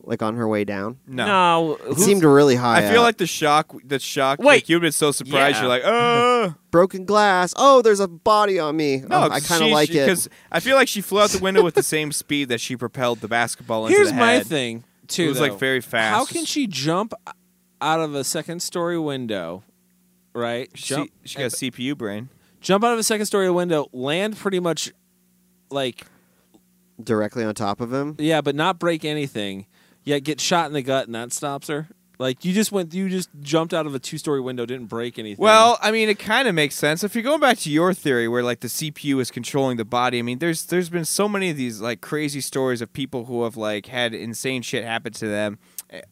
E: like on her way down?
C: No.
D: No,
E: It
D: who's-
E: seemed really high.
C: I feel
E: up.
C: like the shock, the shock.
D: Wait.
C: like, you've been so surprised.
D: Yeah.
C: You're like, oh,
E: broken glass. Oh, there's a body on me.
C: no,
E: Oh, I kind of like
C: because
E: it.
C: I feel like she flew out the window with the same speed that she propelled the basketball into
A: Here's
C: the
A: my
C: head.
A: thing too.
C: It was, like,
A: though.
C: very fast.
A: How can she jump out of a second story window? Right,
C: She,
A: jump,
C: she got CPU brain.
A: jump out of a second story window, land pretty much like
E: Directly on top of him.
A: yeah, but not break anything. Yet get shot in the gut and that stops her. Like you just went, you just jumped out of a two story window, didn't break anything.
C: Well, I mean, it kind of makes sense if you're going back to your theory where like the CPU is controlling the body. I mean, there's there's been so many of these like crazy stories of people who have like had insane shit happen to them,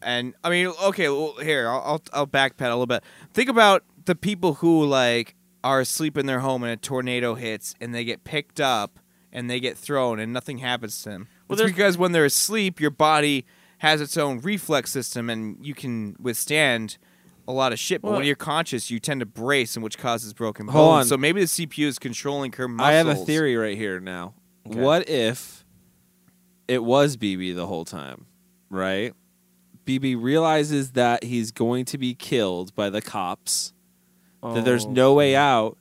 C: and I mean, okay, well, here I'll I'll, I'll backpedal a little bit. Think about the people who like are asleep in their home and a tornado hits and they get picked up and they get thrown and nothing happens to them.
D: Well,
C: it's
D: there's-
C: because when they're asleep, your body has its own reflex system and you can withstand a lot of shit. But when
D: Well-
C: you're conscious, you tend to brace, and which causes broken bones.
A: Hold on.
C: So maybe the CPU is controlling her muscles.
A: I have a theory right here now.
D: Okay.
A: What if it was BB the whole time, right? BB realizes that he's going to be killed by the cops, that there's
D: Oh.
A: no way out.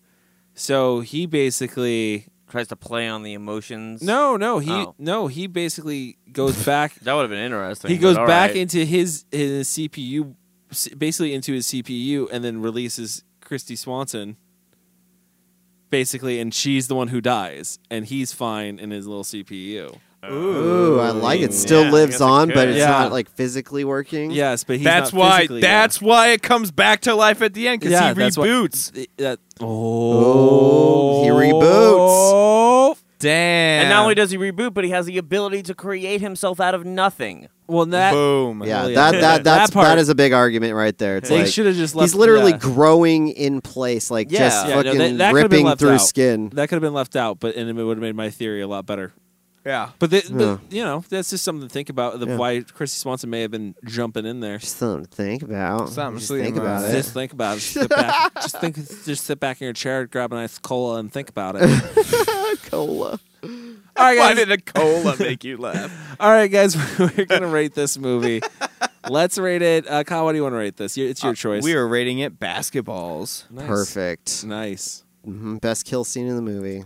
A: So he basically
D: Oh, tries to play on the emotions?
A: No, no, he
D: Oh.
A: no, he basically goes back
D: that would have been interesting.
A: he
D: but
A: goes
D: all
A: back
D: right.
A: into his his CPU s- basically into his CPU and then releases Christy Swanson basically and she's the one who dies and he's fine in his little CPU.
E: Ooh, I like it. Still
D: Yeah, I guess
E: lives
D: it
E: on, but
D: could.
E: it's
A: Yeah.
E: not like physically working.
A: Yes, but he's
C: that's
A: not
C: why.
A: physically
C: That's why it comes back to life at the end because
A: Yeah,
C: he
A: that's why-
C: reboots.
A: dead. that
E: Oh, he reboots.
C: Damn.
D: And not only does he reboot, but he has the ability to create himself out of nothing.
A: Well, that
C: boom.
E: Yeah,
A: Hell yeah.
E: that that
A: That
E: that's
A: part-
E: that is a big argument right there. It's
A: they
E: like,
A: should have just left
E: he's literally
A: yeah.
E: growing in place, like
D: Yeah.
E: just
A: Yeah, no,
E: fucking
A: that- that could've been
E: ripping
A: left
E: through
A: out.
E: skin.
A: that could have been left out, but and it would have made my theory a lot better.
C: Yeah.
A: But, the, but you know, that's just something to think about. The,
E: Yeah.
A: Why Christy Swanson may have been jumping in there.
E: Just something to think about.
C: Something
E: just
C: to sleep
E: think about
C: on.
E: it.
A: Just think about it. Sit back. just think. Just sit back in your chair, grab a nice cola, and think about it.
E: Cola.
A: All right,
C: Why
A: guys.
C: did a cola make you laugh?
A: All right, guys. We're gonna rate this movie. Let's rate it. Uh, Kyle, what do you want to rate this? You- It's your choice.
C: Uh, We are rating it basketballs.
A: Nice.
E: Perfect.
A: Nice.
E: Mhm, Best kill scene in the movie.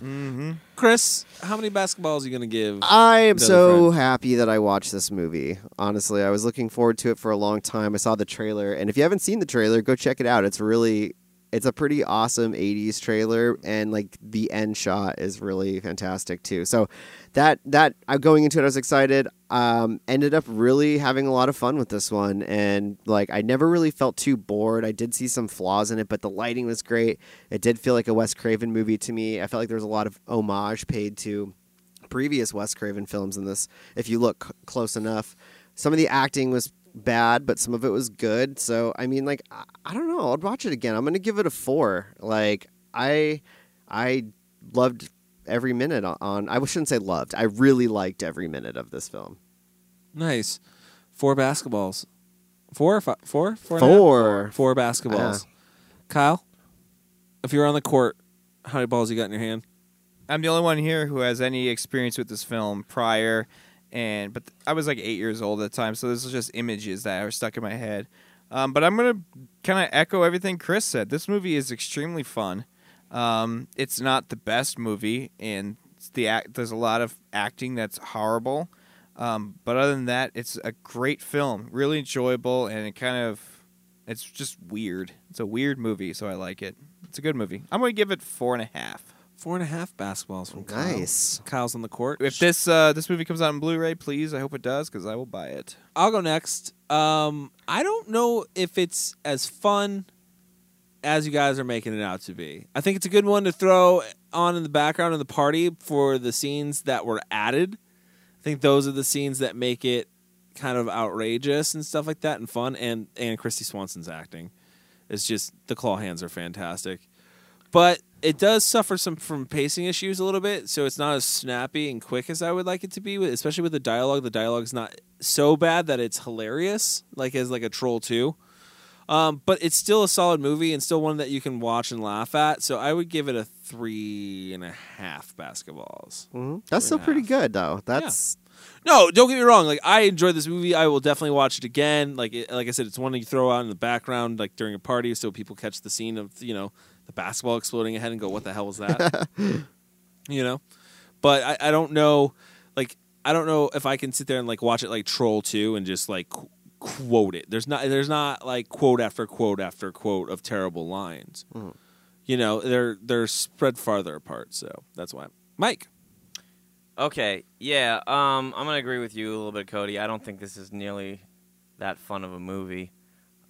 A: Chris, how many basketballs are you gonna give?
C: Uh,
E: I am
A: Another
E: so
A: friend.
E: happy that I watched this movie. Honestly, I was looking forward to it for a long time. I saw the trailer, and if you haven't seen the trailer, go check it out. It's really it's a pretty awesome 80s trailer and like the end shot is really fantastic too. So that that uh, going into it I was excited. Um ended up really having a lot of fun with this one and like I never really felt too bored. I did see some flaws in it, but the lighting was great. It did feel like a Wes Craven movie to me. I felt like there was a lot of homage paid to previous Wes Craven films in this. If you look c- close enough, some of the acting was bad, but some of it was good. So I mean, like I, I don't know. I'd watch it again. I'm gonna give it a four. Like I, I loved every minute on. on I shouldn't say loved. I really liked every minute of this film.
A: Nice. Four basketballs. Four, fi- four, four, and a half?
E: Four.
A: four basketballs.
C: Uh-huh.
A: Kyle, if you're on the court, how many balls you got in your hand?
C: I'm the only one here who has any experience with this film prior, and but I was like eight years old at the time, so this is just images that are stuck in my head. Um, but I'm gonna kind of echo everything Chris said. This movie is extremely fun. Um, it's not the best movie, and it's the act, there's a lot of acting that's horrible. Um, but other than that, it's a great film, really enjoyable, and it kind of it's just weird. It's a weird movie, so I like it. It's a good movie. I'm gonna give it four and a half.
A: Four and a half basketballs from Kyle.
E: Nice.
A: Kyle's on the court.
C: If this uh, this movie comes out on Blu-ray, please, I hope it does because I will buy it.
A: I'll go next. Um, I don't know if it's as fun as you guys are making it out to be. I think it's a good one to throw on in the background of the party for the scenes that were added. I think those are the scenes that make it kind of outrageous and stuff like that and fun. And and Christy Swanson's acting is just the claw hands are fantastic, but it does suffer some from pacing issues a little bit. So it's not as snappy and quick as I would like it to be, with- especially with the dialogue. The dialogue's not so bad that it's hilarious, like as like a troll two. Um, but it's still a solid movie and still one that you can watch and laugh at. So I would give it a three and a half basketballs.
E: Mhm. That's still pretty good though. That's
A: No, don't get me wrong. Like I enjoyed this movie. I will definitely watch it again. Like it, like I said, it's one that you throw out in the background, like during a party, so people catch the scene of you know the basketball exploding ahead and go, "What the hell was that?" you know. But I, I don't know. Like I don't know if I can sit there and like watch it like Troll Two and just like qu- quote it. There's not there's not like quote after quote after quote of terrible lines. You know they're they're spread farther apart, so that's why. Mike,
D: Okay, yeah, um, I'm gonna agree with you a little bit, Cody. I don't think this is nearly that fun of a movie.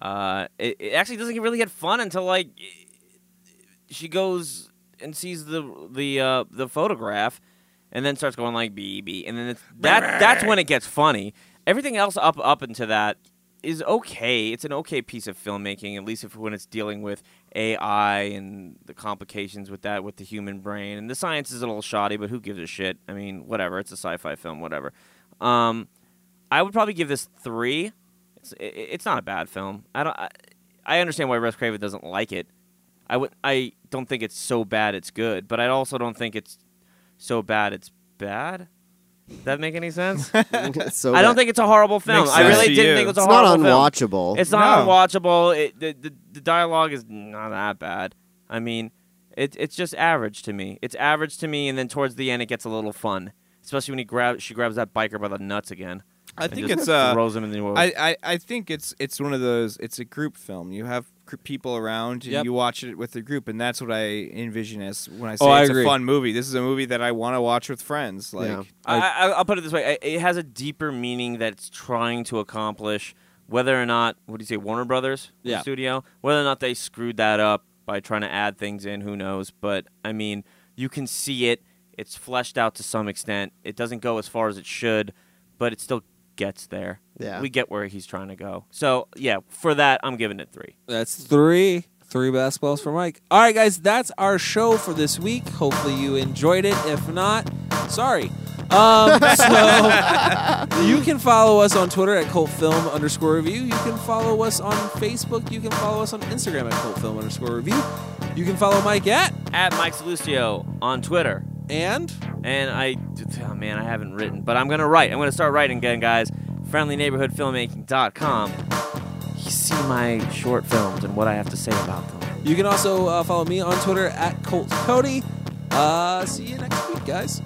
D: Uh, it, it actually doesn't really get fun until like she goes and sees the the uh, the photograph, and then starts going like BB, and then it's, that that's when it gets funny. Everything else up up into that is okay. It's an okay piece of filmmaking, at least if when it's dealing with AI and the complications with that with the human brain. And the science is a little shoddy, but who gives a shit? I mean, whatever. It's a sci-fi film, whatever. Um, I would probably give this three. It's i- i it's not a bad film. I don't. I, I understand why Wes Craven doesn't like it. I would. I don't think it's so bad it's good, but I also don't think it's so bad it's bad. Does that make any sense?
E: so.
D: I don't
E: bad.
D: think it's a horrible film.
C: Makes
D: I
C: sense
D: really
C: to
D: didn't
C: you.
D: think it was a
E: it's not
D: horrible film.
E: unwatchable.
D: It's not
C: No.
D: unwatchable. It, the, the the dialogue is not that bad. I mean, it it's just average to me. It's average to me, and then towards the end, it gets a little fun, especially when he grabs she grabs that biker by the nuts again.
C: I
D: and
C: think
D: just
C: it's uh,
D: throws him in the
C: I, I, I think it's it's one of those. It's a group film. You have cr- people around, and
A: Yep.
C: you watch it with the group, and that's what I envision as when I say
A: Oh, I
C: it's
A: agree.
C: a fun movie. This is a movie that I want to watch with friends. Like,
E: Yeah.
D: I, I, I'll put it this way: I- it has a deeper meaning that it's trying to accomplish. Whether or not, what do you say, Warner Brothers the
A: Yeah.
D: studio? Whether or not they screwed that up by trying to add things in, who knows? But I mean, you can see it; it's fleshed out to some extent. It doesn't go as far as it should, but it still gets there.
E: Yeah.
D: we get where he's trying to go. So yeah, for that, I'm giving it three.
A: That's three. Three basketballs for Mike. All right, guys, that's our show for this week. Hopefully you enjoyed it. If not, sorry. Um, so you can follow us on Twitter at cultfilm underscore review. You can follow us on Facebook. You can follow us on Instagram at cultfilm underscore review. You can follow Mike at
D: At Mike Salustio on Twitter,
A: and
D: And I, oh man, I haven't written, but I'm gonna write. I'm gonna start writing again, guys. FriendlyNeighborhoodFilmmaking.com. You see my short films and what I have to say about them.
A: you can also uh, follow me on Twitter at Colt Cody. Uh, see you next week, guys.